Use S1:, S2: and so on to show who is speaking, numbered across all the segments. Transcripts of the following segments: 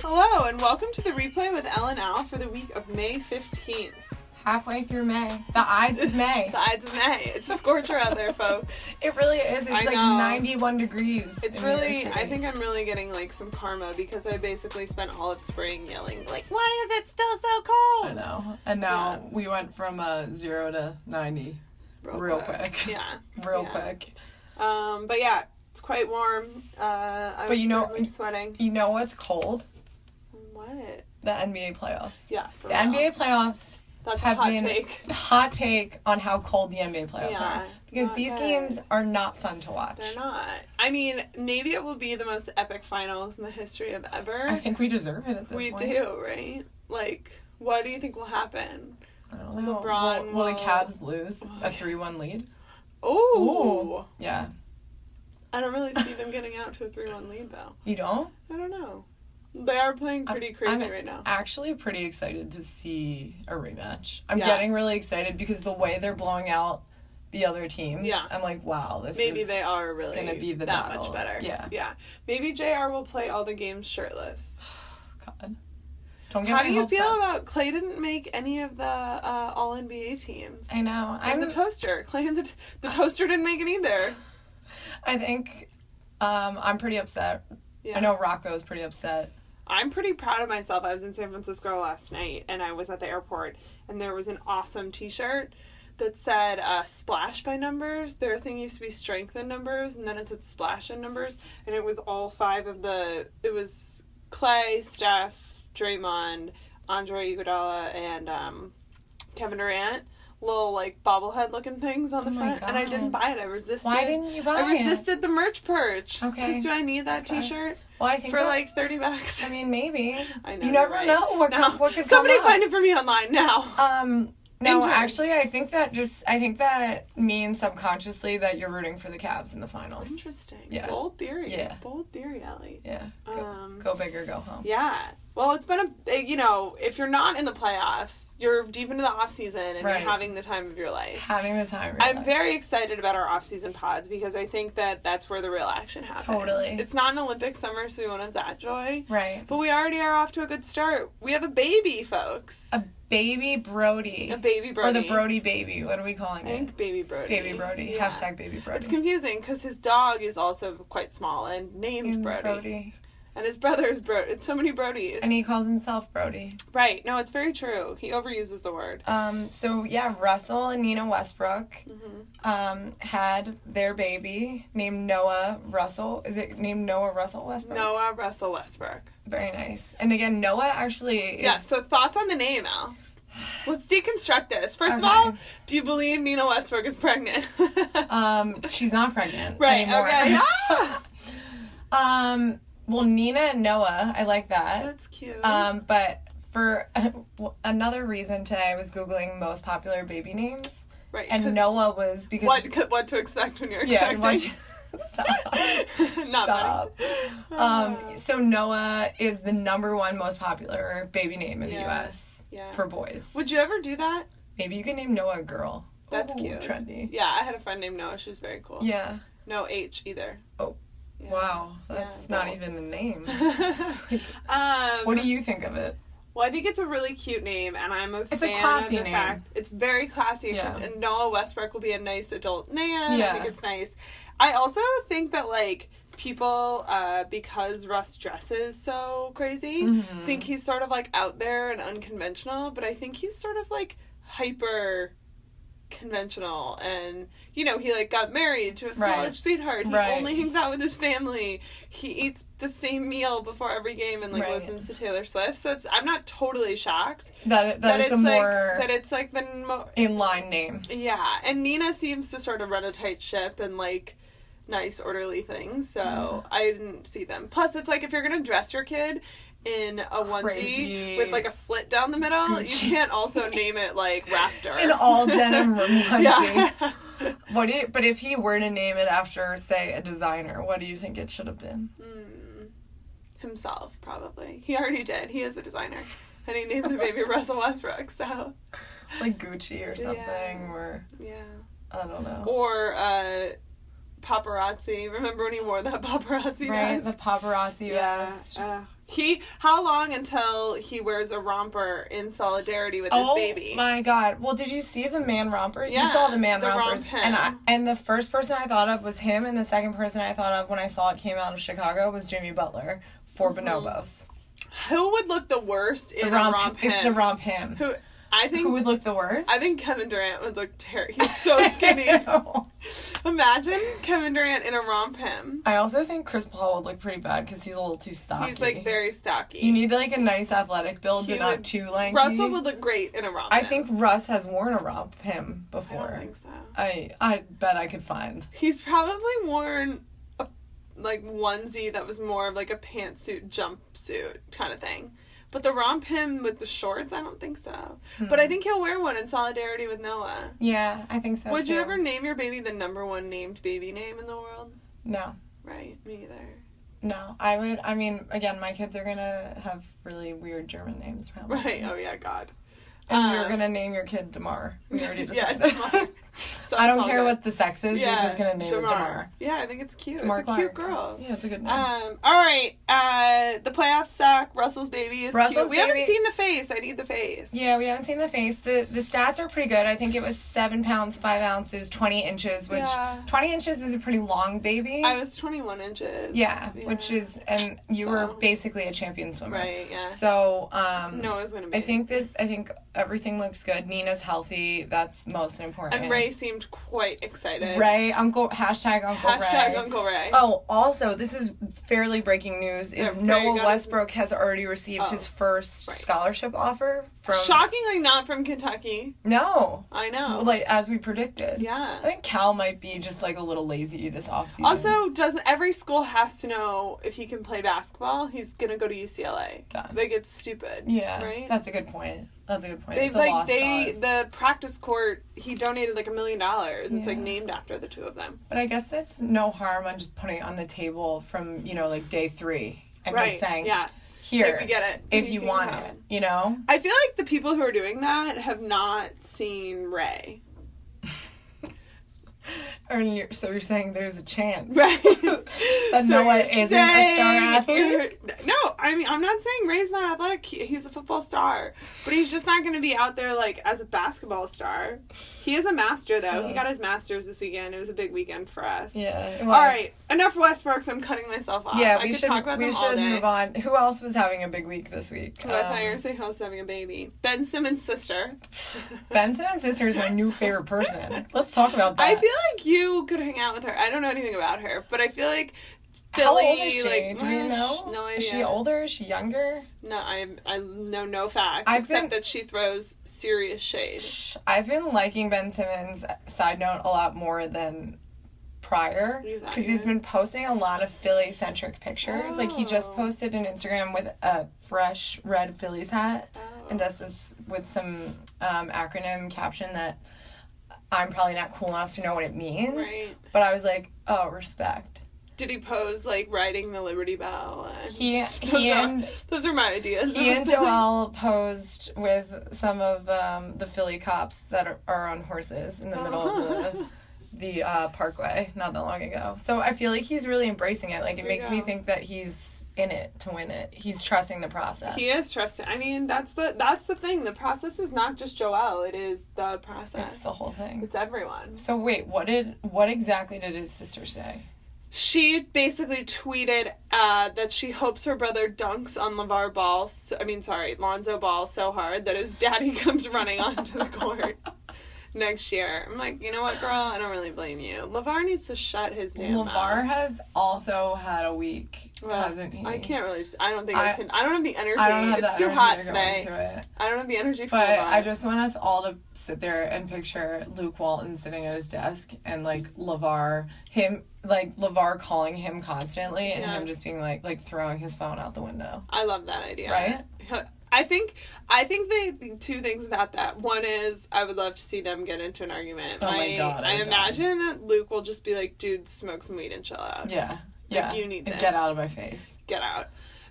S1: Hello, and welcome to the replay with Ellen Al for the week of May 15th.
S2: halfway through May. The Ides of May.
S1: The Ides of May. It's a scorcher out there, folks.
S2: It really is. It's
S1: I
S2: like
S1: know.
S2: 91 degrees.
S1: It's
S2: in New York
S1: really, I
S2: City.
S1: think I'm really getting like some karma because I basically spent all of spring yelling, like, why is it still so cold?
S2: I know. And now
S1: Yeah.
S2: we went from uh, zero to 90 Real quick.
S1: Yeah.
S2: real
S1: Yeah.
S2: quick.
S1: Um, but yeah, it's quite warm. Uh, I
S2: But
S1: was
S2: you know-
S1: certainly sweating.
S2: You know what's cold?
S1: What?
S2: The NBA playoffs.
S1: Yeah. for
S2: The
S1: real.
S2: NBA playoffs,
S1: That's a
S2: have
S1: hot
S2: been-
S1: take.
S2: hot take on how cold the NBA playoffs
S1: Yeah,
S2: are. Because
S1: not
S2: these
S1: good.
S2: games are not fun to watch.
S1: They're not. I mean, maybe it will be the most epic finals in the history of ever.
S2: I think we deserve it at this
S1: we
S2: point.
S1: do, right? Like, what do you think will happen?
S2: I don't know.
S1: LeBron
S2: will, will the
S1: will-
S2: Cavs lose a 3 1 lead?
S1: Oh,
S2: Yeah.
S1: I don't really see them getting out to a three-one lead though.
S2: You don't?
S1: I don't know. They are playing pretty crazy
S2: I'm-
S1: right now.
S2: actually pretty excited to see a rematch. I'm
S1: Yeah.
S2: getting really excited because the way they're blowing out the other teams,
S1: Yeah.
S2: I'm like, wow, this
S1: Maybe
S2: is
S1: they are really
S2: gonna be the
S1: that
S2: battle.
S1: much better.
S2: Yeah.
S1: yeah. Maybe Jr. will play all the games shirtless.
S2: God. Don't get
S1: How
S2: my
S1: do you
S2: hopes
S1: feel
S2: up.
S1: about Clay didn't make any of the uh, All NBA teams?
S2: I know.
S1: And
S2: I'm.
S1: the toaster. Clay and the t- the toaster didn't make it either.
S2: I think. Um, I'm pretty upset.
S1: Yeah.
S2: I know Rocco's pretty upset.
S1: I'm pretty proud of myself. I was in San Francisco last night and I was at the airport and there was an awesome t shirt that said uh, splash by numbers. Their thing used to be strength in numbers and then it said splash in numbers and it was all five of the it was Clay, Steph, Draymond, Andre Iguodala and um, Kevin Durant. Little like bobblehead looking things on the
S2: Oh my
S1: front, and I didn't
S2: God.
S1: buy it. I resisted.
S2: Why didn't you buy
S1: I
S2: it?
S1: resisted the merch purge.
S2: Okay.
S1: Because do I need that
S2: Okay.
S1: T-shirt
S2: Well, I think
S1: for
S2: that-
S1: like thirty bucks?
S2: I mean, maybe.
S1: I know, you're
S2: you never
S1: right.
S2: know what
S1: No.
S2: could, what could
S1: Somebody
S2: come up.
S1: find it for me online now.
S2: Um, no,
S1: Interns.
S2: actually, I think that just I think that means subconsciously that you're rooting for the Cavs in the finals.
S1: Interesting.
S2: Yeah.
S1: Bold theory.
S2: Yeah.
S1: Bold theory, Ellie.
S2: Yeah. Go,
S1: Um,
S2: go big or go home.
S1: Yeah. Well, it's been a big- you know, if you're not in the playoffs, you're deep into the off season and
S2: Right.
S1: you're having the time of your life.
S2: Having the time. of your
S1: I'm
S2: life.
S1: very excited about our off season pods because I think that that's where the real action happens.
S2: Totally.
S1: It's not an Olympic summer, so we won't have that joy.
S2: right.
S1: But we already are off to a good start. We have a baby, folks.
S2: A baby Brody.
S1: A baby Brody.
S2: Or the Brody baby. What are we calling
S1: I
S2: it?
S1: think baby Brody.
S2: Baby Brody.
S1: Yeah.
S2: Hashtag baby Brody.
S1: It's confusing because his dog is also quite small and named
S2: Named
S1: Brody. And his brother is Brody. It's so many Brodies.
S2: And he calls himself Brody.
S1: right. No, it's very true. He overuses the word.
S2: Um, so yeah, Russell and Nina Westbrook
S1: hmm
S2: um, had their baby named Noah Russell. Is it named Noah Russell Westbrook?
S1: Noah Russell Westbrook.
S2: Very nice. And again, Noah actually is
S1: Yeah, so thoughts on the name, Al? Let's deconstruct this. First
S2: Okay.
S1: of all, do you believe Nina Westbrook is pregnant?
S2: um she's not pregnant.
S1: right,
S2: anymore.
S1: okay. Ah!
S2: um well Nina and Noah, I like that.
S1: That's cute.
S2: Um, but for another reason today, I was googling most popular baby names,
S1: right.
S2: and
S1: 'cause
S2: Noah was because
S1: What, could- what to expect when you're
S2: yeah,
S1: expecting.
S2: what- stop.
S1: Not
S2: Stop.
S1: funny.
S2: Um, so Noah is the number one most popular baby name in the
S1: Yeah.
S2: U.S.
S1: Yeah.
S2: for boys.
S1: Would you ever do that?
S2: Maybe you can name Noah a girl.
S1: That's
S2: Ooh,
S1: cute.
S2: Trendy.
S1: Yeah, I had a friend named Noah. She was very cool.
S2: Yeah.
S1: No H either.
S2: Oh.
S1: Yeah.
S2: Wow. That's
S1: Yeah,
S2: not
S1: bold.
S2: even a name.
S1: um,
S2: what do you think of it?
S1: well, I think it's a really cute name, and I'm a
S2: It's a
S1: fan
S2: classy
S1: of the
S2: name.
S1: fact it's very classy.
S2: Yeah.
S1: And Noah Westbrook will be a nice adult man. I
S2: Yeah.
S1: think it's nice. I also think that like people, uh, because Russ dresses so crazy,
S2: Mhm.
S1: think he's sort of like out there and unconventional. But I think he's sort of like hyper conventional and you know he like got married to his
S2: Right.
S1: college sweetheart he
S2: Right.
S1: only hangs out with his family he eats the same meal before every game and like
S2: Right.
S1: listens to taylor swift so it's i'm not totally shocked
S2: That that, it's, a
S1: like
S2: more
S1: that it's like the mo-
S2: in line name.
S1: yeah and nina seems to sort of run a tight ship and like nice orderly things so
S2: Mm.
S1: i didn't see them plus it's like if you're gonna dress your kid in a onesie
S2: Crazy.
S1: with like a slit down the middle
S2: Gucci.
S1: you can't also name it like raptor
S2: An all denim onesie.
S1: yeah
S2: What do you, but if he were to name it after, say, a designer, what do you think it should have been?
S1: Mm, himself, probably. He already did. He is a designer. And he named the baby Russell Westbrook, so
S2: Like Gucci or something,
S1: Yeah.
S2: or
S1: yeah.
S2: I don't know.
S1: Or uh paparazzi. Remember when he wore that paparazzi
S2: Right, the
S1: vest?
S2: paparazzi
S1: yeah.
S2: vest.
S1: uh, he He how long until he wears a romper in solidarity with his
S2: oh
S1: baby?
S2: my god! Well, did you see the man rompers? you
S1: Yeah,
S2: saw the man
S1: the
S2: rompers,
S1: romp
S2: and I,
S1: him.
S2: and the first person I thought of was him, and the second person I thought of when I saw it came out of Chicago was Jimmy Butler for Bonobos.
S1: Who would look Mm-hmm. the worst in
S2: The
S1: a
S2: romp,
S1: romp?
S2: it's
S1: him?
S2: the romp him.
S1: Who I think
S2: Who would look the worst?
S1: I think Kevin Durant would look terrible. He's so skinny. Imagine Kevin Durant in a romp him.
S2: I also think Chris Paul would look pretty bad because he's a little too stocky.
S1: He's like very stocky.
S2: You need like a nice athletic build,
S1: He
S2: but not
S1: would-
S2: too lanky.
S1: Russell would look great in a romp.
S2: I
S1: him.
S2: think Russ has worn a romp him
S1: I
S2: before.
S1: don't think so.
S2: I I bet I could find.
S1: He's probably worn a like onesie that was more of like a pantsuit jumpsuit kind of thing. But the romp him with the shorts, I don't think so. But
S2: Hmm.
S1: I think he'll wear one in solidarity with Noah.
S2: Yeah, I think so.
S1: Would you
S2: too.
S1: ever name your baby the number one named baby name in the world?
S2: No,
S1: Right, me either.
S2: no. I would. I mean, again, my kids are gonna have really weird German names, probably.
S1: Right. Oh yeah, God.
S2: And
S1: Um,
S2: you're gonna name your kid Demar. We already
S1: Yeah,
S2: decided.
S1: Damar. Um, So
S2: I
S1: it's
S2: don't
S1: all
S2: care
S1: good.
S2: what the sex is. You're just gonna name it Demar.
S1: Yeah, I think it's cute.
S2: Demar
S1: it's a cute
S2: Clark.
S1: girl.
S2: Yeah, it's a good name.
S1: Um. All right. Uh. The playoffs suck. Russell's baby is cute.
S2: Russell's
S1: We haven't
S2: baby-
S1: seen the face. I need the face.
S2: Yeah, we haven't seen the face. the The stats are pretty good. I think it was seven pounds, five ounces, twenty inches. Which
S1: Yeah.
S2: twenty inches is a pretty long baby.
S1: I was 21 inches.
S2: yeah, which is, and you were
S1: So-
S2: basically a champion swimmer.
S1: right. Yeah.
S2: So, um,
S1: no, it's gonna be.
S2: I think this. I think everything looks good. Nina's healthy. That's most important.
S1: And Ray seemed quite excited.
S2: Ray, Uncle hashtag Uncle
S1: Hashtag
S2: Ray.
S1: Uncle Ray.
S2: Oh, also, this is fairly breaking news. Is
S1: That Ray got
S2: Noah
S1: his-
S2: Westbrook has already received
S1: Oh,
S2: his first
S1: right.
S2: scholarship offer from?
S1: Shockingly, not from Kentucky.
S2: No,
S1: I know.
S2: like as we predicted.
S1: yeah.
S2: I think Cal might be just like a little lazy this offseason.
S1: Also, doesn't every school has to know if he can play basketball? He's gonna go to UCLA.
S2: Done.
S1: Like it's stupid.
S2: yeah,
S1: right?
S2: That's a good point. That's a good point.
S1: They've
S2: it's a
S1: like
S2: lost
S1: they
S2: cause.
S1: the practice court. He donated like a million dollars. It's like
S2: Yeah.
S1: named after the two of them.
S2: But I guess that's no harm on just putting it on the table from you know like day three and
S1: right.
S2: just saying
S1: yeah.
S2: here
S1: Like, we get it
S2: if
S1: We
S2: you
S1: can
S2: want
S1: have
S2: it, you know.
S1: I feel like the people who are doing that have not seen Ray.
S2: Or you're, so you're saying there's a chance.
S1: Right.
S2: But Noah isn't a star athlete?
S1: No, I mean I'm not saying Ray's not athletic. He- He's a football star, but he's just not going to be out there like as a basketball star. He is a master though. He
S2: Yeah.
S1: got his masters this weekend. It was a big weekend for us.
S2: Yeah. it
S1: All
S2: was.
S1: right. Enough Westbrooks. I'm cutting myself off.
S2: Yeah,
S1: I
S2: we
S1: could
S2: should
S1: talk about
S2: we
S1: them all
S2: should
S1: day.
S2: move on. Who else was having a big week this week?
S1: Oh, I thought you were
S2: Um,
S1: gonna say House having a baby. Ben Simmons' sister.
S2: Benson and Sister is my new favorite person. Let's talk about that.
S1: I feel like you could hang out with her. I don't know anything about her, but I feel like
S2: How
S1: Philly.
S2: old is she?
S1: Like,
S2: Do we
S1: eh,
S2: know?
S1: No idea.
S2: Is she older? Is she younger?
S1: No, I I know no facts
S2: I've
S1: except
S2: been-
S1: that she throws serious shade.
S2: Shh. I've been liking Ben Simmons. uh, Side note, a lot more than prior
S1: You thought
S2: because
S1: you
S2: he's
S1: would?
S2: been posting a lot of Philly centric pictures. Like he just
S1: Oh.
S2: posted an Instagram with a fresh red Phillies hat.
S1: Oh.
S2: and us was with some um, acronym caption that I'm probably not cool enough to know what it means.
S1: Right.
S2: But I was like, oh, respect.
S1: Did he pose like riding the Liberty Bell? And
S2: He
S1: those,
S2: he
S1: are,
S2: and
S1: those are my ideas.
S2: he and Joel posed with some of um, the Philly cops that are, are on horses in the middle of
S1: Oh.
S2: the the uh, parkway not that long ago. So I feel like he's really embracing it. Like
S1: There
S2: it
S1: you
S2: makes me
S1: go.
S2: think that he's in it to win it. He's trusting the process.
S1: He is trusted. I mean, that's the that's the thing. The process is not just Joel. It is the process.
S2: It's the whole thing.
S1: It's everyone.
S2: So wait, what did what exactly did his sister say?
S1: She basically tweeted uh, that she hopes her brother dunks on LeVar Ball. So, I mean, sorry, Lonzo Ball so hard that his daddy comes running onto the court next year. I'm like, you know what, girl? I don't really blame you. LeVar needs to shut his damn
S2: LeVar
S1: mouth.
S2: has also had a week,
S1: Well,
S2: hasn't he?
S1: I can't really. Just, I don't think I,
S2: I-
S1: can. I don't have the energy.
S2: I don't have
S1: it's
S2: that
S1: too
S2: energy
S1: hot
S2: to go
S1: today.
S2: into it.
S1: I don't have the energy for
S2: But
S1: LeVar.
S2: I just want us all to sit there and picture Luke Walton sitting at his desk and like Levar, him like Levar calling him constantly and
S1: Yeah.
S2: him just being like like throwing his phone out the window.
S1: I love that idea.
S2: Right?
S1: I think I think the two things about that. One is I would love to see them get into an argument.
S2: Oh my
S1: I,
S2: God,
S1: I,
S2: I die.
S1: imagine that Luke will just be like, "Dude, smoke some weed and chill out.
S2: Yeah, yeah.
S1: you need
S2: And
S1: this.
S2: Get out of my face.
S1: Get out."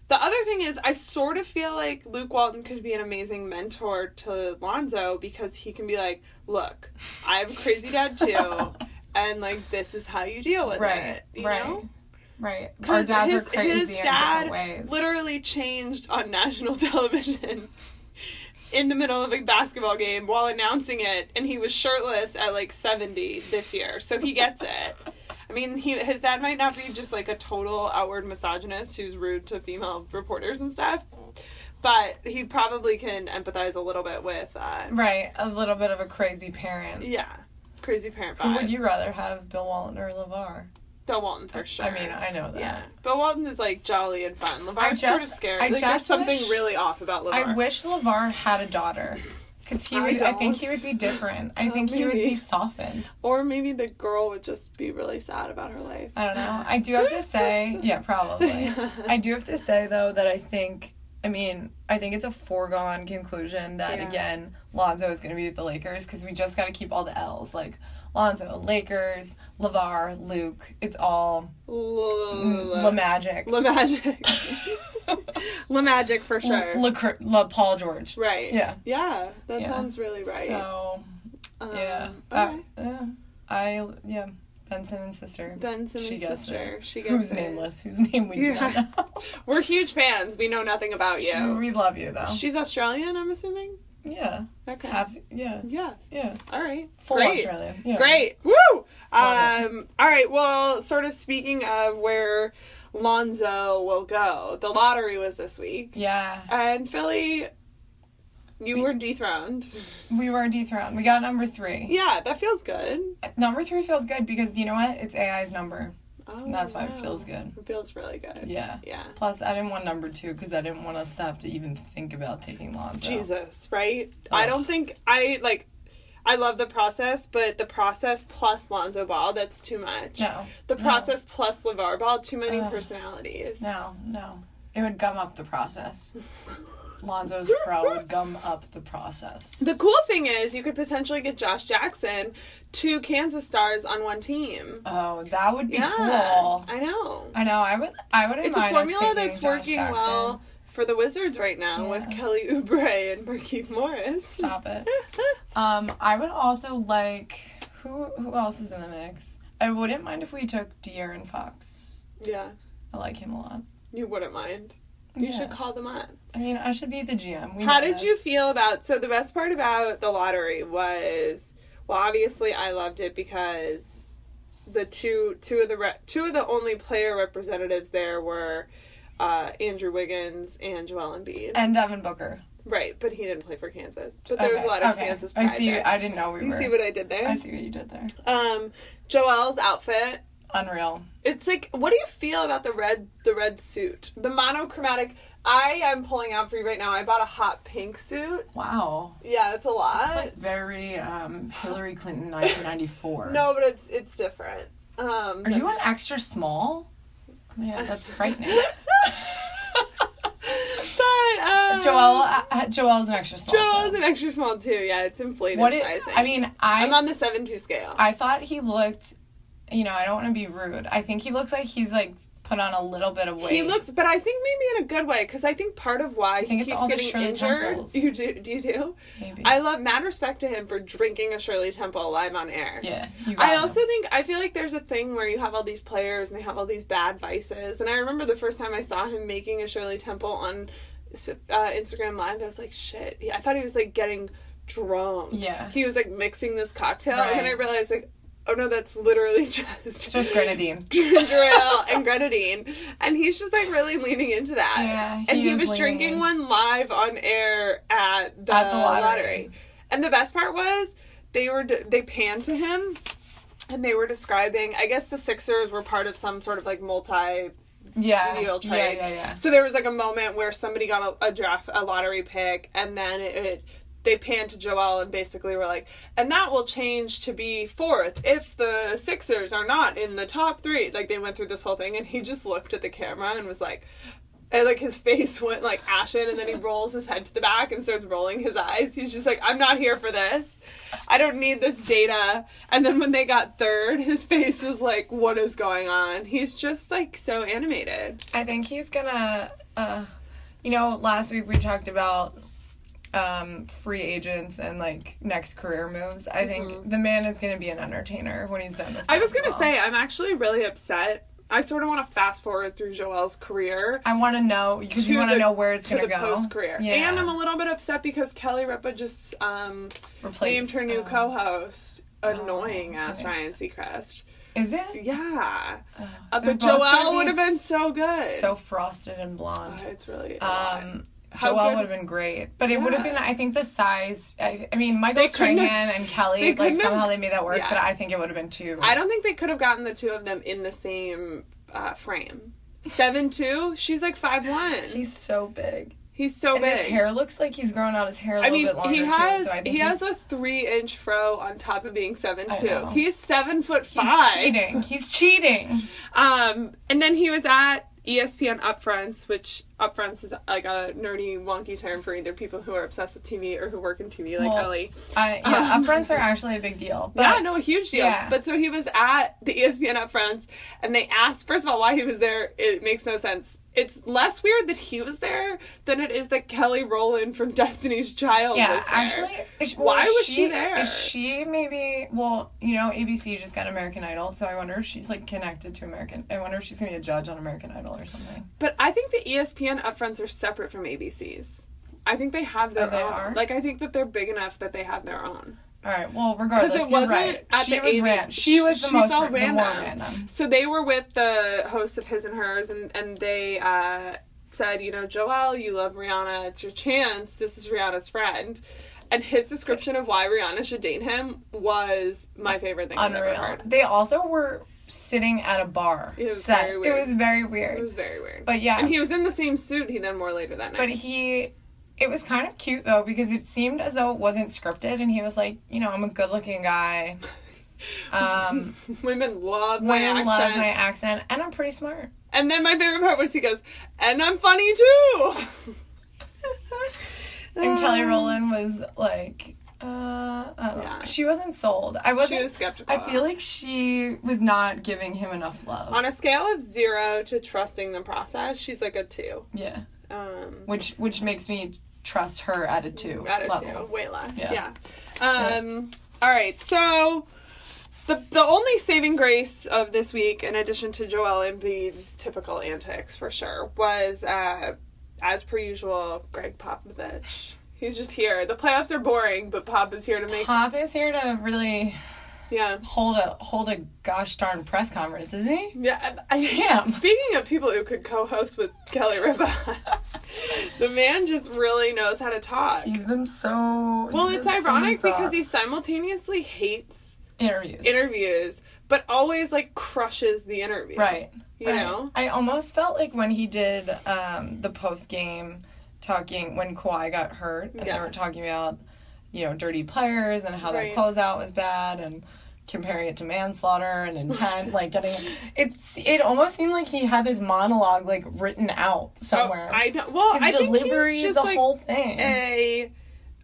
S1: The other thing is, I sort of feel like Luke Walton could be an amazing mentor to Lonzo because he can be like, "Look, I have a crazy dad too, and like this is how you deal with
S2: right,
S1: it." You
S2: right,
S1: know?
S2: Right. Our
S1: Because
S2: dads
S1: his,
S2: are crazy
S1: his
S2: in
S1: dad
S2: different ways.
S1: literally changed on national television in the middle of a basketball game while announcing it, and he was shirtless at like 70 this year, so he gets it. I mean, he, his dad might not be just like a total outward misogynist who's rude to female reporters and stuff, but he probably can empathize a little bit with, uh,
S2: Right. A little bit of a crazy parent.
S1: yeah, crazy parent
S2: Who
S1: vibe.
S2: would you rather have, Bill Walton or LeVar?
S1: Bill Walton for sure.
S2: I mean, I know that.
S1: Yeah, Bill Walton is like jolly and fun. LeVar's
S2: I
S1: sort of
S2: just-
S1: scary.
S2: I
S1: like there's
S2: just
S1: something
S2: wish-
S1: really off about LeVar.
S2: I wish LeVar had a daughter. Because he
S1: I
S2: would, I, think he
S1: don't.
S2: would be different. I
S1: Oh,
S2: think he would
S1: maybe.
S2: be softened.
S1: or maybe the girl would just be really sad about her life.
S2: I don't know. I do have to say, yeah, probably. I do have to say though that I think, I mean, I think it's a foregone conclusion that
S1: Yeah.
S2: again, Lonzo is going to be with the Lakers because we just got to keep all the L's like Lonzo, Lakers, Levar, Luke. It's all La
S1: La
S2: Magic,
S1: Magic. La Magic for sure.
S2: La La Paul George.
S1: right.
S2: Yeah.
S1: Yeah. That
S2: Yeah.
S1: sounds really right.
S2: So
S1: Um,
S2: yeah,
S1: Okay.
S2: Uh, yeah, I yeah, Ben Simmons' sister.
S1: Ben
S2: she
S1: Simmons'
S2: gets
S1: sister. She gets
S2: Who's
S1: it.
S2: nameless? Whose name we do
S1: Yeah.
S2: not know.
S1: We're huge fans. We know nothing about
S2: She-
S1: you.
S2: we love you though.
S1: She's Australian, I'm assuming.
S2: yeah,
S1: Okay.
S2: abs- yeah,
S1: yeah.
S2: yeah.
S1: All right.
S2: Full
S1: Great.
S2: Australian. Yeah.
S1: Great. Woo!
S2: Love
S1: Um, all right. Well, sort of speaking of where Lonzo will go, the lottery was this week.
S2: Yeah,
S1: And Philly, you
S2: We-
S1: were dethroned.
S2: we were dethroned. We got number three.
S1: Yeah, that feels good.
S2: Number three feels good because you know what? It's AI's number.
S1: Oh,
S2: and that's why
S1: wow.
S2: it feels good.
S1: It feels really good.
S2: Yeah.
S1: Yeah.
S2: Plus, I didn't want number two because I didn't want us to have to even think about taking Lonzo.
S1: Jesus, right? I
S2: Ugh.
S1: don't think I like. I love the process, but the process plus Lonzo Ball, that's too much.
S2: No,
S1: The
S2: no.
S1: process plus LeVar Ball, too many
S2: Ugh.
S1: personalities.
S2: no, no. It would gum up the process. Lonzo's pro would gum up the process.
S1: The cool thing is, you could potentially get Josh Jackson, two Kansas stars on one team.
S2: Oh, that would be
S1: Yeah,
S2: cool.
S1: I know.
S2: I know. I would. I would.
S1: It's a formula that's working
S2: Jackson.
S1: well for the Wizards right now with
S2: Yeah.
S1: Kelly Oubre and Marquise Morris.
S2: Stop it. Um, I would also like who who else is in the mix? I wouldn't mind if we took De'Aaron Fox.
S1: yeah,
S2: I like him a lot.
S1: you wouldn't mind. You
S2: Yeah.
S1: should call them up.
S2: I mean, I should be the GM. We
S1: How
S2: know
S1: did
S2: this.
S1: you feel about? So the best part about the lottery was, well, obviously I loved it because the two two of the re- two of the only player representatives there were uh, Andrew Wiggins and Joel Embiid.
S2: And Devin Booker.
S1: Right, but he didn't play for Kansas. But there was a
S2: Okay,
S1: lot of
S2: okay.
S1: Kansas pride
S2: I see.
S1: there.
S2: I didn't know we
S1: you
S2: were.
S1: see what I did there?
S2: I see what you did there.
S1: Um, Joel's outfit.
S2: Unreal.
S1: It's like, what do you feel about the red, the red suit, the monochromatic? I am pulling out for you right now. I bought a hot pink suit.
S2: Wow.
S1: Yeah, it's a lot.
S2: It's like very um, Hillary Clinton, 1994.
S1: no, but it's it's different. Um,
S2: Are you an extra small? Yeah, that's frightening.
S1: but um,
S2: Joel. Uh, Joel's an extra small.
S1: Joel's
S2: so.
S1: an extra small too. Yeah, it's inflated
S2: What it,
S1: sizing.
S2: I mean, I
S1: I'm on the seven two scale.
S2: I thought he looked, you know, I don't want to be rude. I think he looks like he's like put on a little bit of weight.
S1: He looks, but I think maybe in a good way because I think part of why
S2: think
S1: he
S2: it's
S1: keeps
S2: all the
S1: getting
S2: Shirley
S1: injured.
S2: Temples.
S1: You do? Do you do?
S2: maybe.
S1: I love mad respect to him for drinking a Shirley Temple live on air.
S2: yeah. You got
S1: I
S2: him.
S1: also think I feel like there's a thing where you have all these players and they have all these bad vices. And I remember the first time I saw him making a Shirley Temple on uh, Instagram Live, I was like, shit. I thought he was like getting drunk.
S2: Yeah.
S1: He was like mixing this cocktail, and then I
S2: Right.
S1: realized like, oh no, that's literally just
S2: It's just grenadine.
S1: ginger ale and grenadine and he's just like really leaning into that
S2: Yeah, he
S1: and he
S2: is
S1: was
S2: leaning
S1: drinking
S2: in.
S1: one live on air at the,
S2: At the
S1: lottery.
S2: lottery.
S1: and the best part was they were they panned to him and they were describing i guess the sixers were part of some sort of like multi
S2: Uh, Yeah.
S1: deal trade.
S2: Yeah, yeah, yeah.
S1: So there was like a moment where somebody got a, a draft, a lottery pick, and then it, it they panned to Joel and basically were like, and that will change to be fourth if the Sixers are not in the top three. Like they went through this whole thing, and he just looked at the camera and was like. And like his face went like ashen, and then he rolls his head to the back and starts rolling his eyes. He's just like, "I'm not here for this. I don't need this data." And then when they got third, his face was like, "What is going on?" He's just like so animated.
S2: I think he's gonna. Uh, you know, last week we talked about um, free agents and like next career moves. I think the man is gonna be an entertainer when he's done. With
S1: Mm-hmm. I was gonna
S2: basketball.
S1: say I'm actually really upset I sort of want to fast forward through Joel's career.
S2: I want to know because you
S1: to
S2: want to
S1: the-
S2: know where it's
S1: to
S2: going
S1: the
S2: to go.
S1: post career.
S2: Yeah.
S1: And I'm a little bit upset because Kelly Ripa just um, named her new
S2: um,
S1: co host annoying ass
S2: Oh, okay.
S1: Ryan Seacrest.
S2: Is it?
S1: Yeah.
S2: Oh,
S1: Uh,
S2: they're
S1: but
S2: both gonna
S1: Joelle
S2: be
S1: would have been
S2: s-
S1: so good.
S2: so frosted and
S1: Uh,
S2: blonde.
S1: it's really. a lot.
S2: Um,
S1: How
S2: Joelle
S1: good-
S2: would have been great, but it would have
S1: Yeah.
S2: been. I think the size. I, I mean, Michael
S1: couldn't
S2: Strahan
S1: have-
S2: and
S1: they
S2: Kelly, like
S1: couldn't have-
S2: somehow they made that work,
S1: yeah.
S2: but I think it would have been too.
S1: I don't think they could have gotten the two of them in the same uh, frame. Seven two. She's like five one. He's,
S2: He's so big.
S1: so
S2: And
S1: big.
S2: his hair looks like he's grown out his hair a
S1: I
S2: little
S1: mean,
S2: bit longer
S1: he has
S2: too. So I think
S1: he
S2: he's,
S1: has a three inch fro on top of being seven
S2: I
S1: two.
S2: know.
S1: He's seven foot
S2: he's
S1: five.
S2: cheating. He's cheating.
S1: Um, and then he was at E ESPN Upfronts, which Upfronts is like a nerdy, wonky term for either people who are obsessed with TV or who work in TV, like
S2: Well,
S1: Ellie.
S2: I, Uh, yeah,
S1: Um,
S2: upfronts are actually a big deal. But
S1: yeah, no, a huge deal.
S2: yeah.
S1: But so he was at the E ESPN Upfronts, and they asked, first of all, why he was there. It makes no sense. It's less weird that he was there than it is that Kelly Rowland from Destiny's Child
S2: Yeah,
S1: was there.
S2: actually, is-
S1: Why
S2: well, is
S1: was she there?
S2: Is she maybe? Well, you know, ABC just got American Idol, so I wonder if she's like connected to American. I wonder if she's gonna be a judge on American Idol or something.
S1: But I think the E ESPN upfronts are separate from ABC's. I think they have their
S2: Oh, they
S1: own.
S2: are?
S1: Like I think that they're big enough that they have their own.
S2: All right. Well,
S1: Because
S2: regardless,
S1: it
S2: Oh, you're
S1: wasn't
S2: right.
S1: at
S2: she
S1: the
S2: was
S1: AV
S2: ran. She was the
S1: she
S2: most
S1: felt
S2: ra- the more
S1: random.
S2: random.
S1: So they were with the hosts of His and Hers, and and they uh, said, you know, Joelle, you love Rihanna. It's your chance. This is Rihanna's friend. And his description of why Rihanna should date him was my favorite thing I've ever
S2: Unreal.
S1: heard.
S2: They also were sitting at a bar.
S1: It was
S2: set.
S1: very weird.
S2: It was very
S1: It
S2: weird.
S1: was very weird.
S2: but yeah,
S1: and he was in the same suit he then wore later that night.
S2: but he. It was kind of cute though because it seemed as though it wasn't scripted, and he was like, you know, I'm a good-looking guy. Um,
S1: Women love my
S2: Women
S1: accent.
S2: love my accent, and I'm pretty smart.
S1: And then my favorite part was he goes, and I'm funny too.
S2: And Kelly Rowland was like, uh, I don't
S1: Yeah.
S2: know. She wasn't sold. I
S1: She
S2: wasn't.
S1: was skeptical.
S2: I feel like she was not giving him enough love.
S1: on a scale of zero to trusting the process, she's like a two.
S2: yeah,
S1: Um,
S2: which which makes me trust her at a two.
S1: out of
S2: level.
S1: two, way less. Yeah.
S2: Yeah.
S1: Um, All right. So the the only saving grace of this week, in addition to Joel Embiid's typical antics for sure, was uh, as per usual, Greg Popovich. He's just here. The playoffs are boring, but Pop is here to make.
S2: Pop is here to really
S1: Yeah.
S2: hold a hold a gosh darn press conference, isn't he?
S1: Yeah, I,
S2: Damn.
S1: Speaking of people who could co-host with Kelly Ripa, the man just really knows how to talk.
S2: He's been so
S1: well,
S2: he's
S1: it's
S2: been so
S1: ironic because
S2: cross.
S1: he simultaneously hates
S2: interviews.
S1: interviews, but always like crushes the interview.
S2: Right.
S1: You
S2: right.
S1: know?
S2: I almost felt like when he did um, the post game talking when Kawhi got hurt and
S1: Yeah.
S2: they were talking about, you know, dirty players and how
S1: Right.
S2: their closeout was bad and comparing it to manslaughter and intent, like getting it's it almost seemed like he had his monologue like written out somewhere.
S1: So, Oh, I know. Well, I
S2: his
S1: think
S2: delivery,
S1: he's just
S2: the
S1: like eh.
S2: whole thing.
S1: a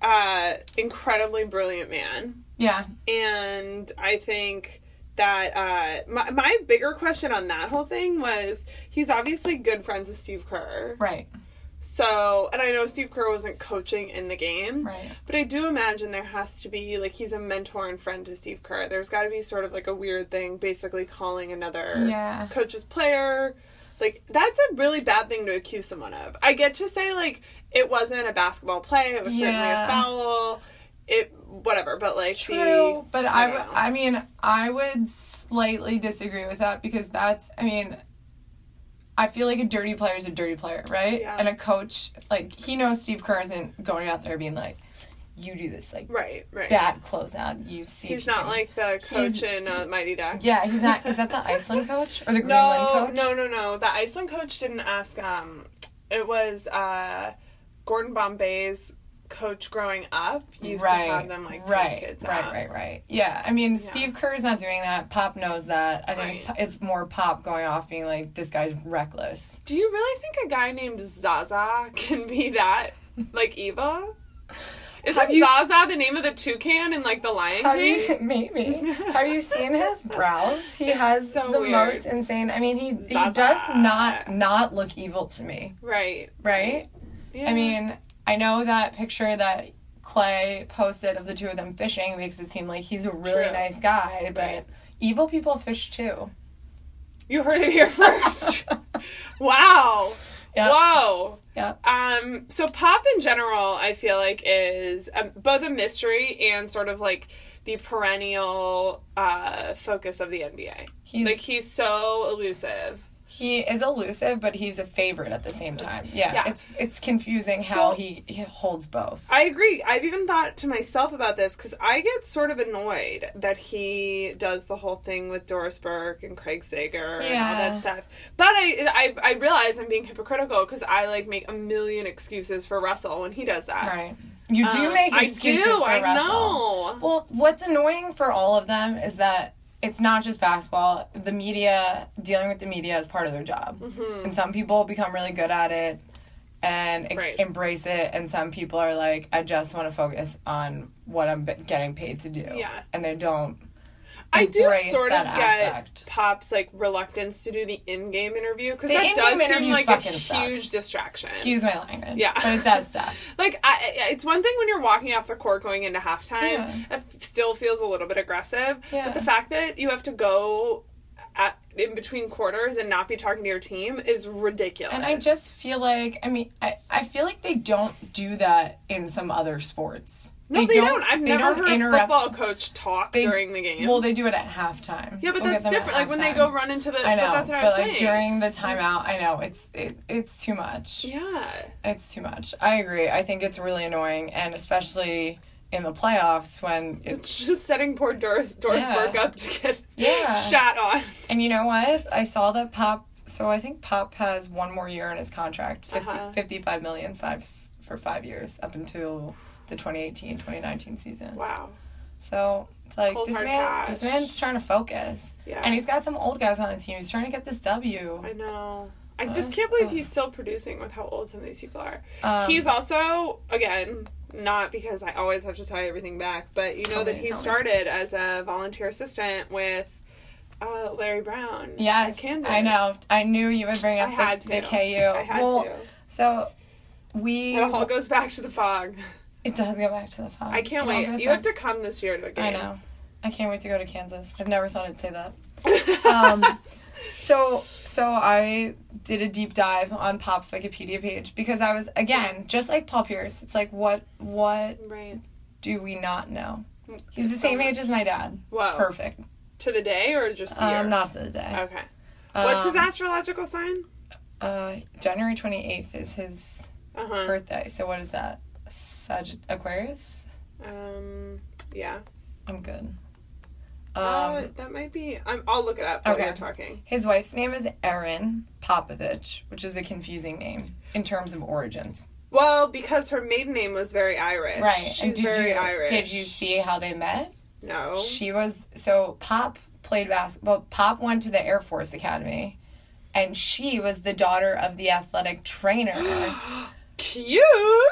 S1: uh, incredibly brilliant man.
S2: yeah.
S1: and I think that uh, my my bigger question on that whole thing was he's obviously good friends with Steve Kerr,
S2: Right.
S1: so and I know Steve Kerr wasn't coaching in the game,
S2: Right.
S1: but I do imagine there has to be like he's a mentor and friend to Steve Kerr. There's got to be sort of like a weird thing, basically calling another
S2: Yeah.
S1: coach's player. Like that's a really bad thing to accuse someone of. I get to say like it wasn't a basketball play; it was certainly a
S2: Yeah.
S1: foul. It whatever, but like the-
S2: True, but I,
S1: don't
S2: w-
S1: know.
S2: I mean, I would slightly disagree with that because that's, I mean, I feel like a dirty player is a dirty player, right?
S1: Yeah.
S2: And a coach, like, he knows Steve Kerr isn't going out there being like, you do this, like,
S1: Right, right.
S2: bad closeout, you see. if
S1: He's
S2: you
S1: not
S2: can-"
S1: like the coach
S2: He's-
S1: in uh, Mighty Ducks.
S2: Yeah, he's not. Is that the Iceland coach or the Greenland
S1: no,
S2: coach?
S1: no, no, no. The Iceland coach didn't ask. Um, it was uh, Gordon Bombay's coach growing up. Used to have them like take
S2: right,
S1: kids
S2: right,
S1: out.
S2: right, right. Yeah, I mean,
S1: Yeah.
S2: Steve Kerr is not doing that. Pop knows that. I think
S1: Right.
S2: it's more Pop going off being like, "This guy's reckless."
S1: Do you really think a guy named Zaza can be that like evil? Is
S2: Have
S1: that
S2: you-
S1: Zaza the name of the toucan in like the Lion
S2: Have
S1: King?
S2: you maybe? Have you seen his brows? He has
S1: so
S2: the
S1: weird.
S2: most insane. I mean, he he
S1: Zaza.
S2: does not not look evil to me,
S1: Right.
S2: right?
S1: Yeah.
S2: I mean, I know that picture that Clay posted of the two of them fishing makes it seem like he's a really
S1: True.
S2: nice guy, but
S1: Right.
S2: evil people fish too.
S1: You heard it here first. wow.
S2: Yeah.
S1: Whoa.
S2: Yeah.
S1: Um, so pop in general, I feel like is um, both a mystery and sort of like the perennial uh, focus of the NBA.
S2: He's
S1: like he's so elusive.
S2: he is elusive, but he's a favorite at the same time. Yeah.
S1: Yeah.
S2: It's it's confusing how
S1: So-
S2: he, he holds both.
S1: I agree. I've even thought to myself about this because I get sort of annoyed that he does the whole thing with Doris Burke and Craig Sager and all
S2: Yeah.
S1: that stuff. But I, I, I realize I'm being hypocritical because I like make a million excuses for Russell when he does that.
S2: Right. You do
S1: Um,
S2: make excuses
S1: I do.
S2: for
S1: I
S2: Russell.
S1: know.
S2: Well, what's annoying for all of them is that it's not just basketball. The media, dealing with the media is part of their job.
S1: Mm-hmm.
S2: And some people become really good at it and e-
S1: Right.
S2: embrace it. And some people are like, I just want to focus on what I'm b- getting paid to do.
S1: Yeah.
S2: And they don't.
S1: I do
S2: embrace
S1: sort of
S2: that
S1: get
S2: aspect.
S1: Pop's like reluctance to do the in-game interview because
S2: The
S1: that
S2: in-game
S1: does seem
S2: interview
S1: like a
S2: fucking
S1: huge
S2: sucks.
S1: distraction.
S2: Excuse my language.
S1: Yeah.
S2: But it does stuff.
S1: Like, I, I- it's one thing when you're walking off the court going into halftime.
S2: Yeah.
S1: It f- still feels a little bit aggressive.
S2: Yeah.
S1: But the fact that you have to go at, in between quarters and not be talking to your team is ridiculous.
S2: And I just feel like, I mean, I, I feel like they don't do that in some other sports.
S1: no, they, don't. I've
S2: they
S1: never
S2: don't
S1: heard a
S2: interrupt-
S1: football coach talk
S2: They-
S1: during the game.
S2: Well, they do it at halftime.
S1: yeah, but
S2: Look at
S1: that's
S2: them at
S1: different. Like when they
S2: halftime.
S1: go run into the.
S2: I know,
S1: but that's what
S2: but
S1: I was
S2: like
S1: saying.
S2: during the timeout, I know it's it, it's too much.
S1: yeah.
S2: It's too much. I agree. I think it's really annoying, and especially in the playoffs when it's
S1: It's just setting poor Doris, Doris
S2: Yeah.
S1: Burke up to get
S2: Yeah.
S1: shot on.
S2: and you know what? I saw that Pop. So I think Pop has one more year in his contract, 50,
S1: Uh-huh.
S2: 55 million five for five years up until the 2018-2019 season.
S1: Wow.
S2: So like
S1: Cold
S2: this
S1: hard
S2: man,
S1: cash.
S2: this man's trying to focus,
S1: Yeah.
S2: and he's got some old guys on the team. He's trying to get this W.
S1: I know. I just
S2: Honest-
S1: can't believe
S2: ugh.
S1: he's still producing with how old some of these people are.
S2: Um,
S1: he's also, again, not because I always have to tie everything back, but you know
S2: Tell
S1: that
S2: me,
S1: he
S2: tell me.
S1: started as a volunteer assistant with uh, Larry Brown. at
S2: Yes,
S1: Kansas.
S2: I know. I knew you would bring
S1: I
S2: up
S1: had to.
S2: the, the KU.
S1: I had
S2: well,
S1: to.
S2: so we
S1: It all goes back to the fog.
S2: it does go back to the fog.
S1: I can't
S2: It all
S1: wait.
S2: goes
S1: You have
S2: back-
S1: to come this year to a game.
S2: I know. I can't wait to go to Kansas. I've never thought I'd say that. Um, so so I did a deep dive on Pop's Wikipedia page because I was again just like Paul Pierce. It's like what what
S1: right.
S2: do we not know? He's the same
S1: So- Oh.
S2: age as my dad.
S1: Whoa.
S2: Perfect.
S1: To the day or just the year?
S2: Um, not to the day.
S1: Okay. What's his
S2: Um,
S1: astrological sign?
S2: Uh, January twenty eighth is his
S1: Uh huh.
S2: birthday. So what is that? Sag Aquarius.
S1: Um, yeah.
S2: I'm good. Um,
S1: uh, that might be. I'm, I'll look it up while
S2: Okay.
S1: you're talking.
S2: his wife's name is Erin Popovich, which is a confusing name in terms of origins.
S1: Well, because her maiden name was very Irish.
S2: Right.
S1: She's very
S2: you,
S1: Irish. Oh.
S2: Did you see how they met?
S1: No.
S2: She was so Pop played basketball. Pop went to the Air Force Academy, and she was the daughter of the athletic trainer.
S1: Cute.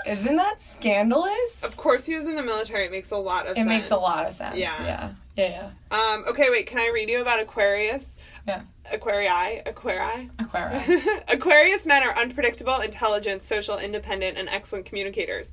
S2: Isn't that scandalous?
S1: Of course, he was in the military. It makes a lot of
S2: it
S1: sense.
S2: makes a lot of sense.
S1: Yeah.
S2: Yeah. Yeah. yeah.
S1: Um. Okay. Wait. Can I read you about Aquarius?
S2: Yeah.
S1: Aquarii. Aquarii.
S2: Aquarius.
S1: Aquarius men are unpredictable, intelligent, social, independent, and excellent communicators.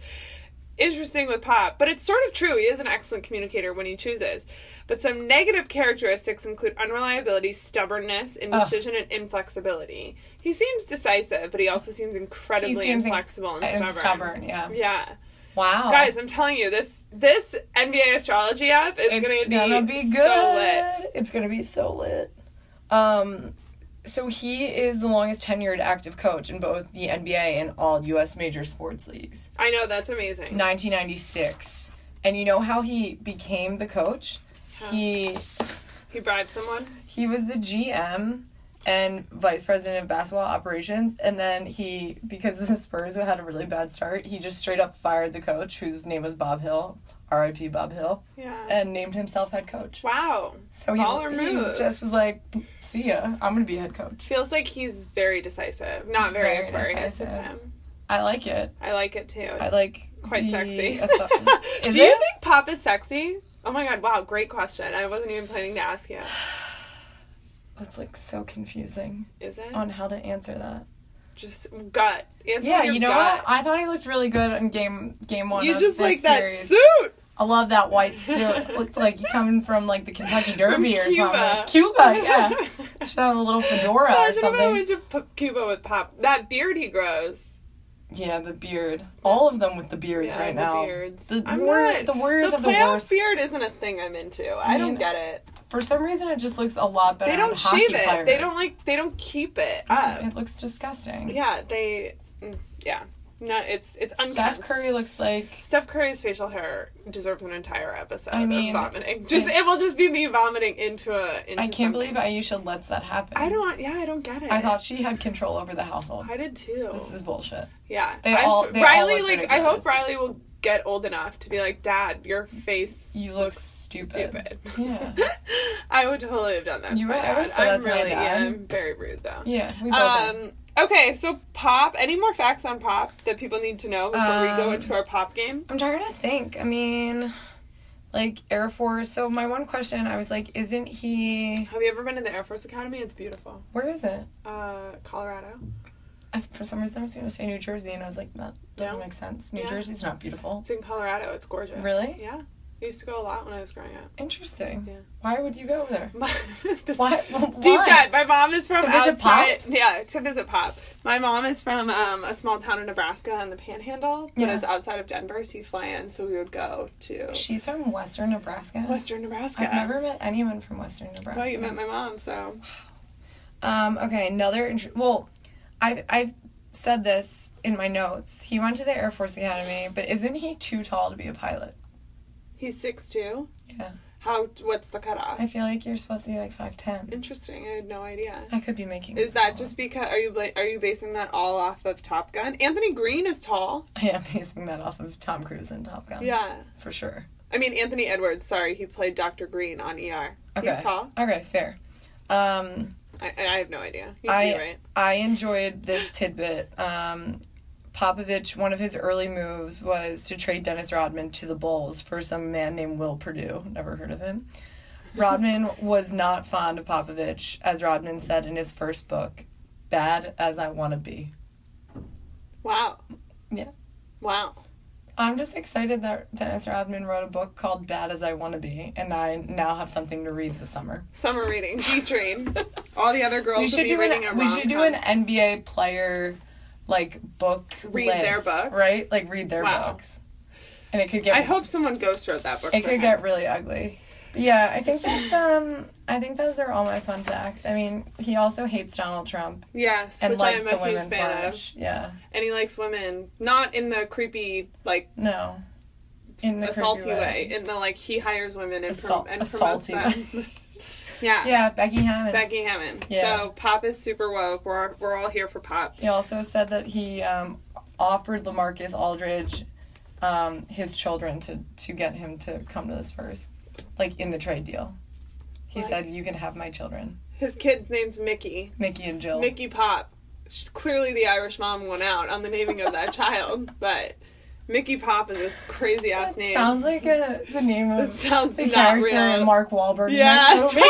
S1: Interesting with Pop, but it's sort of true. He is an excellent communicator when he chooses. But some negative characteristics include unreliability, stubbornness, indecision, and inflexibility. He seems decisive, but he also seems incredibly
S2: He seems in- uh,
S1: inflexible and,
S2: and
S1: stubborn.
S2: stubborn. Oh. Yeah.
S1: Yeah,
S2: Wow.
S1: guys, I'm telling you, this this NBA astrology app is
S2: it's
S1: gonna,
S2: gonna,
S1: be,
S2: be, good.
S1: so lit.
S2: It's gonna be so lit. Um, so he is the longest tenured active coach in both the NBA and all U.S. major sports leagues.
S1: I know that's amazing.
S2: 1996, and you know how he became the coach? He
S1: He bribed someone.
S2: he was the GM and vice president of basketball operations, and then he because the Spurs had a really bad start, he just straight up fired the coach, whose name was Bob Hill, R.I.P. Bob Hill,
S1: Yeah.
S2: and named himself head coach.
S1: Wow.
S2: So
S1: Baller
S2: he, he
S1: move.
S2: just was like, "See ya, I'm gonna be head coach."
S1: feels like he's very decisive, not very,
S2: Very
S1: Aquarius of
S2: decisive.
S1: him.
S2: I like it.
S1: I like it too. It's
S2: I like
S1: quite
S2: the
S1: sexy.
S2: author- Is
S1: Do you
S2: it?
S1: think pop is sexy? Oh my god! Wow, great question. I wasn't even planning to ask you.
S2: That's like so confusing
S1: Is it?
S2: on how to answer that.
S1: Just gut. Answer
S2: Yeah,
S1: with your
S2: you know
S1: gut.
S2: what? I thought he looked really good in game game one.
S1: You
S2: of
S1: just
S2: this
S1: like that
S2: series.
S1: suit.
S2: I love that white suit. Looks like you coming from like the Kentucky Derby or
S1: Cuba.
S2: something. Cuba, Uh, yeah. Should have a little fedora or
S1: Imagine if I
S2: something.
S1: went to P- Cuba with Pop. That beard he grows.
S2: Yeah, the beard. All of them with the beards
S1: Yeah,
S2: right
S1: the
S2: now.
S1: beards.
S2: The,
S1: I'm
S2: wor-
S1: not-
S2: the Warriors
S1: the
S2: have the
S1: playoff
S2: worst.
S1: beard isn't a thing I'm into. I,
S2: I
S1: don't
S2: mean,
S1: get it.
S2: For some reason, it just looks a lot better.
S1: They
S2: on
S1: don't
S2: hockey
S1: shave it. They
S2: players. Mm-hmm.
S1: don't like. They don't keep it up.
S2: It looks disgusting.
S1: Yeah, they. mm, Yeah, no, it's it's unkept.
S2: Steph Curry looks like
S1: Steph Curry's facial hair deserves an entire episode
S2: I mean,
S1: of vomiting. Just it
S2: it's-
S1: will just be me vomiting into a. Into
S2: I
S1: something.
S2: can't believe Aisha lets that happen.
S1: I don't. Yeah, I don't get it.
S2: I thought she had control over the household.
S1: I did too.
S2: This is bullshit.
S1: yeah.
S2: they
S1: I'm
S2: all-
S1: f-
S2: they all
S1: Riley,
S2: look
S1: like, I hope
S2: ridiculous.
S1: Riley will get old enough to be like, Dad, your face.
S2: You look stupid.
S1: Stupid.
S2: Yeah.
S1: I would totally have done that.
S2: You
S1: to my
S2: would? I
S1: dad.
S2: would've said that
S1: I'm
S2: to my
S1: really,
S2: dad.
S1: Yeah, I'm very rude though.
S2: Yeah, we both. are.
S1: Um, okay, so pop. Any more facts on pop that people need to know before we go
S2: Um,
S1: into our pop game?
S2: I'm trying to think. I mean, like Air Force. So my one question, I was like, isn't he?
S1: Have you ever been in the Air Force Academy? It's beautiful.
S2: Where is it?
S1: Uh, Colorado.
S2: I, for some reason, I was going to say New Jersey, and I was like, that doesn't
S1: No?
S2: make sense. New
S1: Yeah.
S2: Jersey's not beautiful.
S1: It's in Colorado. It's gorgeous.
S2: Really?
S1: Yeah. I used to go a lot when I was growing up.
S2: Interesting.
S1: Yeah.
S2: Why would you go there?
S1: My, this-
S2: Why?
S1: Deep
S2: Why?
S1: dive. My mom is from
S2: To visit Pop?
S1: outside. Yeah, to visit Pop. My mom is from um, a small town in Nebraska on the Panhandle, but
S2: Yeah.
S1: it's outside of Denver, so you fly in. So we would go to
S2: She's from Western Nebraska.
S1: Western Nebraska.
S2: I've never met anyone from Western Nebraska.
S1: Well, you met my mom, so
S2: Um, okay, another. Int- well, I I said this in my notes. He went to the Air Force Academy, but isn't he too tall to be a pilot?
S1: he's six two.
S2: Yeah.
S1: How? What's the cutoff?
S2: I feel like you're supposed to be like five ten.
S1: Interesting. I had no idea.
S2: I could be making.
S1: Is
S2: this
S1: that
S2: all
S1: just because are you bla- are you basing that all off of Top Gun? Anthony Green is tall.
S2: up? I am basing that off of Tom Cruise and Top Gun.
S1: Yeah.
S2: for sure.
S1: I mean Anthony Edwards. Sorry, he played Doctor Green on ER.
S2: Okay.
S1: He's tall.
S2: Okay, fair. Um,
S1: I, I have no idea. You'd
S2: I-
S1: be right.
S2: I enjoyed this tidbit. Um, Popovich, one of his early moves was to trade Dennis Rodman to the Bulls for some man named Will Purdue. Never heard of him. Rodman was not fond of Popovich, as Rodman said in his first book, Bad as I Want to Be.
S1: Wow.
S2: Yeah.
S1: Wow.
S2: I'm just excited that Dennis Rodman wrote a book called Bad as I Want to Be, and I now have something to read this summer.
S1: Summer reading. D train. all the other girls
S2: We
S1: would
S2: should
S1: be
S2: do
S1: reading a
S2: an, we should do an
S1: rom-com.
S2: NBA player like book
S1: Read their
S2: list,
S1: books?
S2: right? Like read their
S1: Wow.
S2: books. And it could get
S1: I hope someone ghost wrote that book.
S2: it
S1: for
S2: could
S1: him.
S2: get really ugly. But yeah, I think that's um I think those are all my fun facts. I mean, he also hates Donald Trump
S1: yes,
S2: and
S1: which I
S2: likes
S1: am
S2: the
S1: a huge
S2: women's
S1: fan of.
S2: march. Yeah.
S1: And he likes women, not in the creepy like
S2: No. In the
S1: a
S2: creepy
S1: salty way.
S2: way.
S1: in the like he hires women and,
S2: Assault-
S1: prom- and
S2: a
S1: promotes
S2: salty
S1: them. yeah.
S2: Yeah, Becky Hammond.
S1: Becky Hammond.
S2: Yeah.
S1: So Pop is super woke. We're we're all here for Pop.
S2: He also said that he um, offered Lamarcus Aldridge um, his children to, to get him to come to the Spurs, like in the trade deal. He
S1: What?
S2: said, "You can have my children,
S1: His kid's name's Mickey.
S2: Mickey and Jill."
S1: Mickey Pop. She's clearly the Irish mom went out on the naming of that child, but Mickey Pop is this crazy ass
S2: that
S1: name.
S2: sounds like a, the name
S1: That
S2: of
S1: sounds
S2: the
S1: not
S2: character
S1: real.
S2: in Mark Wahlberg's
S1: yeah,
S2: next movie.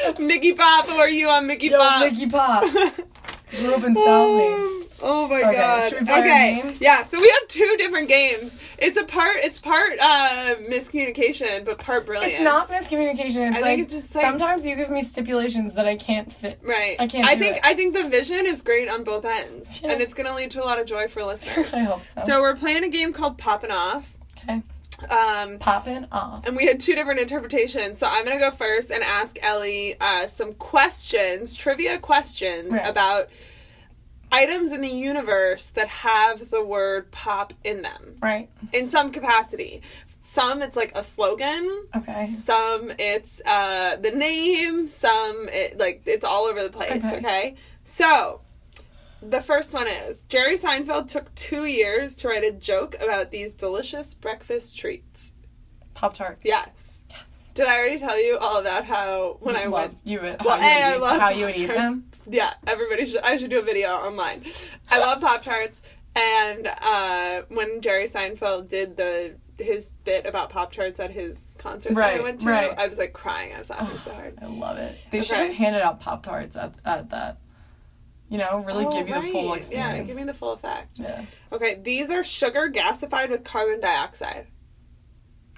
S1: totally. Mickey Pop, who are you? I'm Mickey
S2: Yo,
S1: Pop.
S2: Mickey Pop, grew up in Southie.
S1: Um, Oh my
S2: Okay,
S1: god.
S2: should we play our
S1: okay.
S2: game?
S1: Yeah, so we have two different games. It's a part it's part uh miscommunication, but part brilliance.
S2: It's not miscommunication. It's
S1: I think
S2: like,
S1: it's just like-
S2: sometimes you give me stipulations that I can't fit.
S1: Right.
S2: I can't
S1: I
S2: do
S1: think
S2: it.
S1: I think the vision is great on both ends.
S2: Yeah.
S1: And it's gonna lead to a lot of joy for listeners.
S2: I hope so.
S1: so we're playing a game called Poppin' Off.
S2: okay,
S1: Um
S2: popping off.
S1: and we had two different interpretations. So I'm going to go first and ask Ellie uh, some questions, trivia questions
S2: Right.
S1: about items in the universe that have the word pop in them.
S2: Right.
S1: in some capacity. Some it's like a slogan.
S2: Okay.
S1: Some it's uh, the name. Some it, like it's all over the place. Okay.
S2: Okay.
S1: So the first one is Jerry Seinfeld took two years to write a joke about these delicious breakfast treats.
S2: Pop tarts.
S1: Yes.
S2: Yes.
S1: Did I already tell you all about how when I
S2: You
S1: went?
S2: love- you would,
S1: Well,
S2: how you
S1: A,
S2: would
S1: I
S2: eat,
S1: love
S2: how you would eat
S1: Pop-Tarts.
S2: them.
S1: Yeah, everybody should. I should do a video online. I love Pop Tarts, and uh, when Jerry Seinfeld did the his bit about Pop Tarts at his concert that I
S2: Right,
S1: went to,
S2: right.
S1: I was like crying. I was laughing so hard.
S2: I love it. They
S1: Okay.
S2: should have handed out Pop Tarts at, at that. You know, really
S1: Oh,
S2: give you the full
S1: right.
S2: experience.
S1: Yeah, give me the full effect.
S2: Yeah.
S1: Okay, these are sugar gasified with carbon dioxide.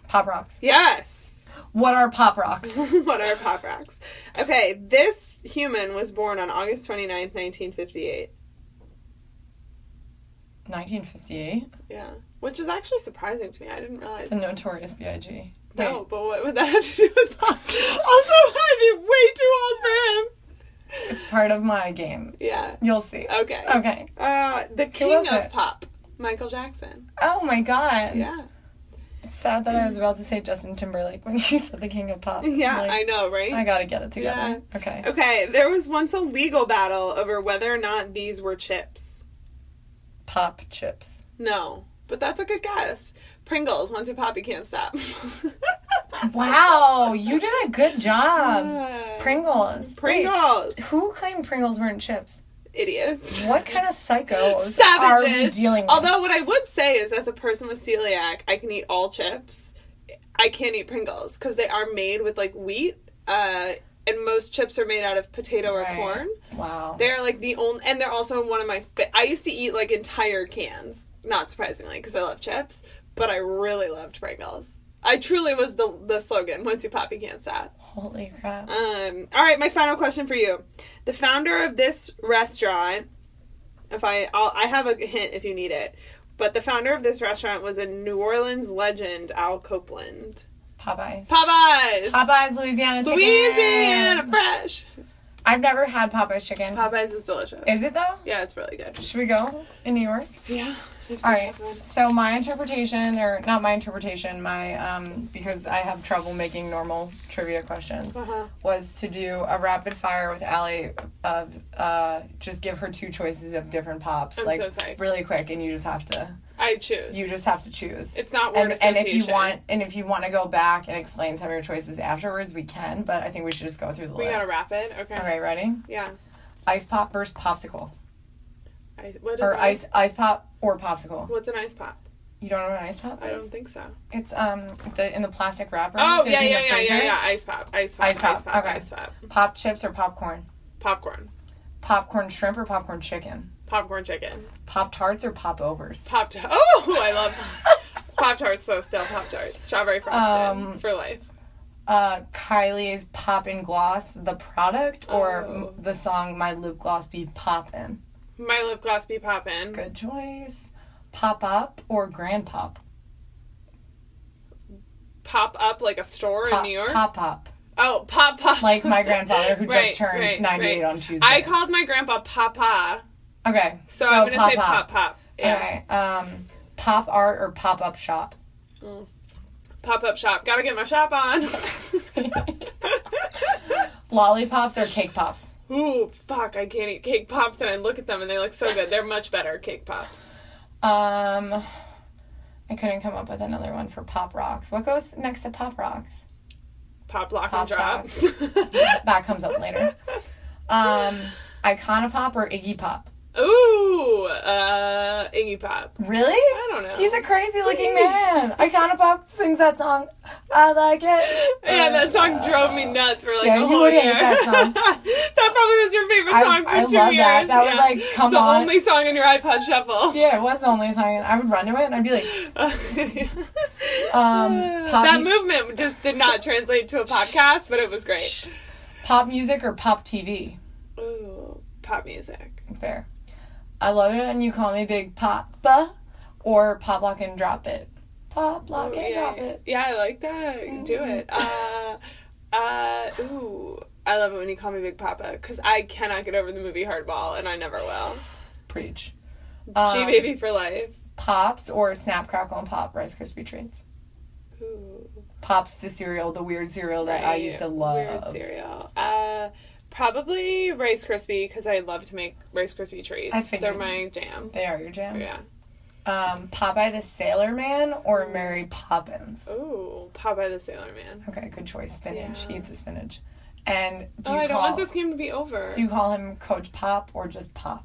S2: Pop rocks.
S1: Yes.
S2: What are pop rocks?
S1: what are pop rocks? Okay, this human was born on August 29th, 1958.
S2: 1958.
S1: Yeah. Which is actually surprising to me. I didn't realize.
S2: The Notorious B.I.G.
S1: No,
S2: Wait,
S1: but what would that have to do with pop? Also, I'd be way too old for
S2: it's part of my game.
S1: him. Yeah.
S2: You'll see.
S1: Okay.
S2: Okay.
S1: Uh, the king
S2: was
S1: of
S2: Oh. it?
S1: pop, Michael Jackson.
S2: Oh my god.
S1: Yeah.
S2: It's sad that I was about to say Justin Timberlake when she said the king of pop.
S1: Yeah,
S2: Like,
S1: I know, right?
S2: I gotta get it together. Okay.
S1: Okay, there was once a legal battle over whether or not these were chips.
S2: Pop chips.
S1: No, but that's a good guess. Pringles, once you pop, you can't stop.
S2: Wow, you did a good job.
S1: Uh,
S2: Pringles. Wait,
S1: Pringles.
S2: who claimed Pringles weren't chips?
S1: Idiots.
S2: What kind of psychos are we
S1: Savages.
S2: dealing with?
S1: Although, what I would say is, as a person with celiac, I can eat all chips. I can't eat Pringles because they are made with like wheat, uh, and most chips are made out of potato or
S2: Right.
S1: corn.
S2: wow.
S1: They're like the only, and they're also one of my. Fa- I used to eat like entire cans, not surprisingly, because I love chips, but I really loved Pringles. I truly was the the slogan. Once you pop, you can't stop.
S2: Holy crap.
S1: Um, all right, my final question for you: the founder of this restaurant. If I, I'll, I have a hint if you need it, but the founder of this restaurant was a New Orleans legend, Al Copeland.
S2: Popeyes.
S1: Popeyes,
S2: Popeyes Louisiana chicken.
S1: Louisiana fresh.
S2: I've never had Popeyes chicken.
S1: Popeyes is delicious.
S2: Is it though?
S1: yeah, it's really good.
S2: Should we go in New York?
S1: Yeah.
S2: All right. So my interpretation, or not my interpretation, my um, because I have trouble making normal trivia questions,
S1: Uh-huh.
S2: was to do a rapid fire with Allie of uh, just give her two choices of different pops,
S1: I'm
S2: like
S1: so sorry.
S2: really quick, and you just have to
S1: I choose.
S2: you just have to choose.
S1: It's not word
S2: and, and if you
S1: association.
S2: want, and if you want to go back and explain some of your choices afterwards, we can. But I think we should just go through the
S1: we
S2: list.
S1: gotta wrap it. Okay.
S2: All right, ready?
S1: Yeah.
S2: Ice pop versus popsicle,
S1: I, what is
S2: or
S1: an
S2: ice ice pop or popsicle.
S1: What's an ice pop?
S2: You don't know what an ice pop is?
S1: I don't think so.
S2: It's um the in the plastic wrapper.
S1: Oh
S2: Could
S1: yeah
S2: be in
S1: yeah
S2: the
S1: yeah yeah
S2: freezer.
S1: yeah ice pop ice pop
S2: Ice pop,
S1: ice pop
S2: okay.
S1: ice pop
S2: Pop chips or popcorn?
S1: popcorn
S2: Popcorn shrimp or popcorn chicken?
S1: popcorn chicken
S2: Pop tarts or pop overs?
S1: pop tart. Oh, I love pop tarts though. Still pop tarts, strawberry frosted
S2: Um,
S1: for life.
S2: Uh, Kylie's Pop and Gloss, the product, or
S1: Oh.
S2: m- the song My Lip Gloss Be Poppin'?
S1: My lip gloss be poppin.
S2: Good choice. Pop up or grand pop?
S1: Pop up like a store
S2: Pop,
S1: in New York.
S2: Pop up.
S1: Oh, pop pop.
S2: Like my grandfather who
S1: Right,
S2: just turned
S1: right,
S2: 98
S1: right.
S2: on Tuesday.
S1: I called my grandpa Papa,
S2: okay.
S1: so, I'm gonna say
S2: up.
S1: pop pop. Yeah.
S2: Okay. Um, pop art or pop up shop?
S1: Pop up shop. Gotta get my shop on.
S2: Lollipops or cake pops?
S1: Ooh, fuck, I can't eat cake pops and I look at them and they look so good. They're much better, cake pops.
S2: Um, I couldn't come up with another one for pop rocks. What goes next to pop rocks?
S1: Pop lock
S2: Pop
S1: and drop.
S2: socks. That comes up later. Um, Iconopop or Iggy Pop?
S1: Ooh, uh, Iggy Pop.
S2: Really?
S1: I don't know.
S2: He's a crazy looking man. Iconopop sings that song. I like it.
S1: yeah, that song
S2: Uh,
S1: drove me nuts for like
S2: Yeah,
S1: a
S2: you
S1: whole
S2: would hate
S1: year.
S2: that song.
S1: That probably was your favorite
S2: I-
S1: song for
S2: I
S1: two
S2: love that.
S1: years.
S2: That would,
S1: yeah.
S2: like, come
S1: it's the
S2: on.
S1: only song in your iPod shuffle.
S2: Yeah, it was the only song, and I would run to it and I'd be like, um, pop,
S1: that
S2: mu-
S1: movement just did not translate to a podcast, but it was great.
S2: pop music or pop TV?
S1: Ooh, pop music.
S2: Fair. I love it when you call me Big Papa or Pop Lock and Drop It. Pop Lock
S1: Ooh,
S2: and
S1: Oh, yeah,
S2: Drop It. Mm-hmm.
S1: Yeah, I like that. Do it. Uh, uh, ooh, I love it when you call me Big Papa because I cannot get over the movie Hardball, and I never will.
S2: Preach. Um,
S1: G baby for life.
S2: Pops or Snap Crackle and Pop Rice Krispie treats.
S1: Ooh,
S2: Pops the cereal, the weird cereal that I used to
S1: right. Weird
S2: love.
S1: cereal. Uh, probably Rice Krispie because I love to make Rice Krispie treats.
S2: I
S1: They're
S2: figured.
S1: my jam. Oh,
S2: They are your jam.
S1: Yeah.
S2: Um, Popeye the Sailor Man or Mary Poppins.
S1: Ooh, Popeye the Sailor Man.
S2: Okay, good choice. Spinach. He
S1: Yeah.
S2: eats a spinach. And do
S1: Oh,
S2: you
S1: I
S2: call
S1: don't want this game to be over.
S2: do you call him Coach Pop or just Pop?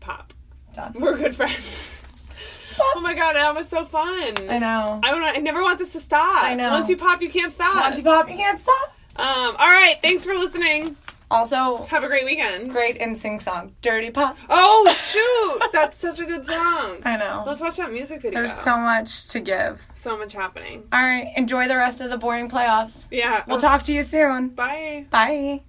S1: Pop.
S2: Done.
S1: We're good friends. oh my god, that was so fun.
S2: I know.
S1: I don't. I never want this to stop.
S2: I know.
S1: Once you pop, you can't stop.
S2: Once you pop, you can't stop.
S1: um. All right. Thanks for listening.
S2: Also,
S1: Have a great weekend.
S2: great in sing song, Dirty Pop.
S1: Oh shoot, that's such a good song.
S2: I know.
S1: Let's watch that music video.
S2: There's so much to give.
S1: so much happening.
S2: All right, enjoy the rest of the boring playoffs.
S1: Yeah. um,
S2: We'll talk to you soon.
S1: Bye.
S2: Bye.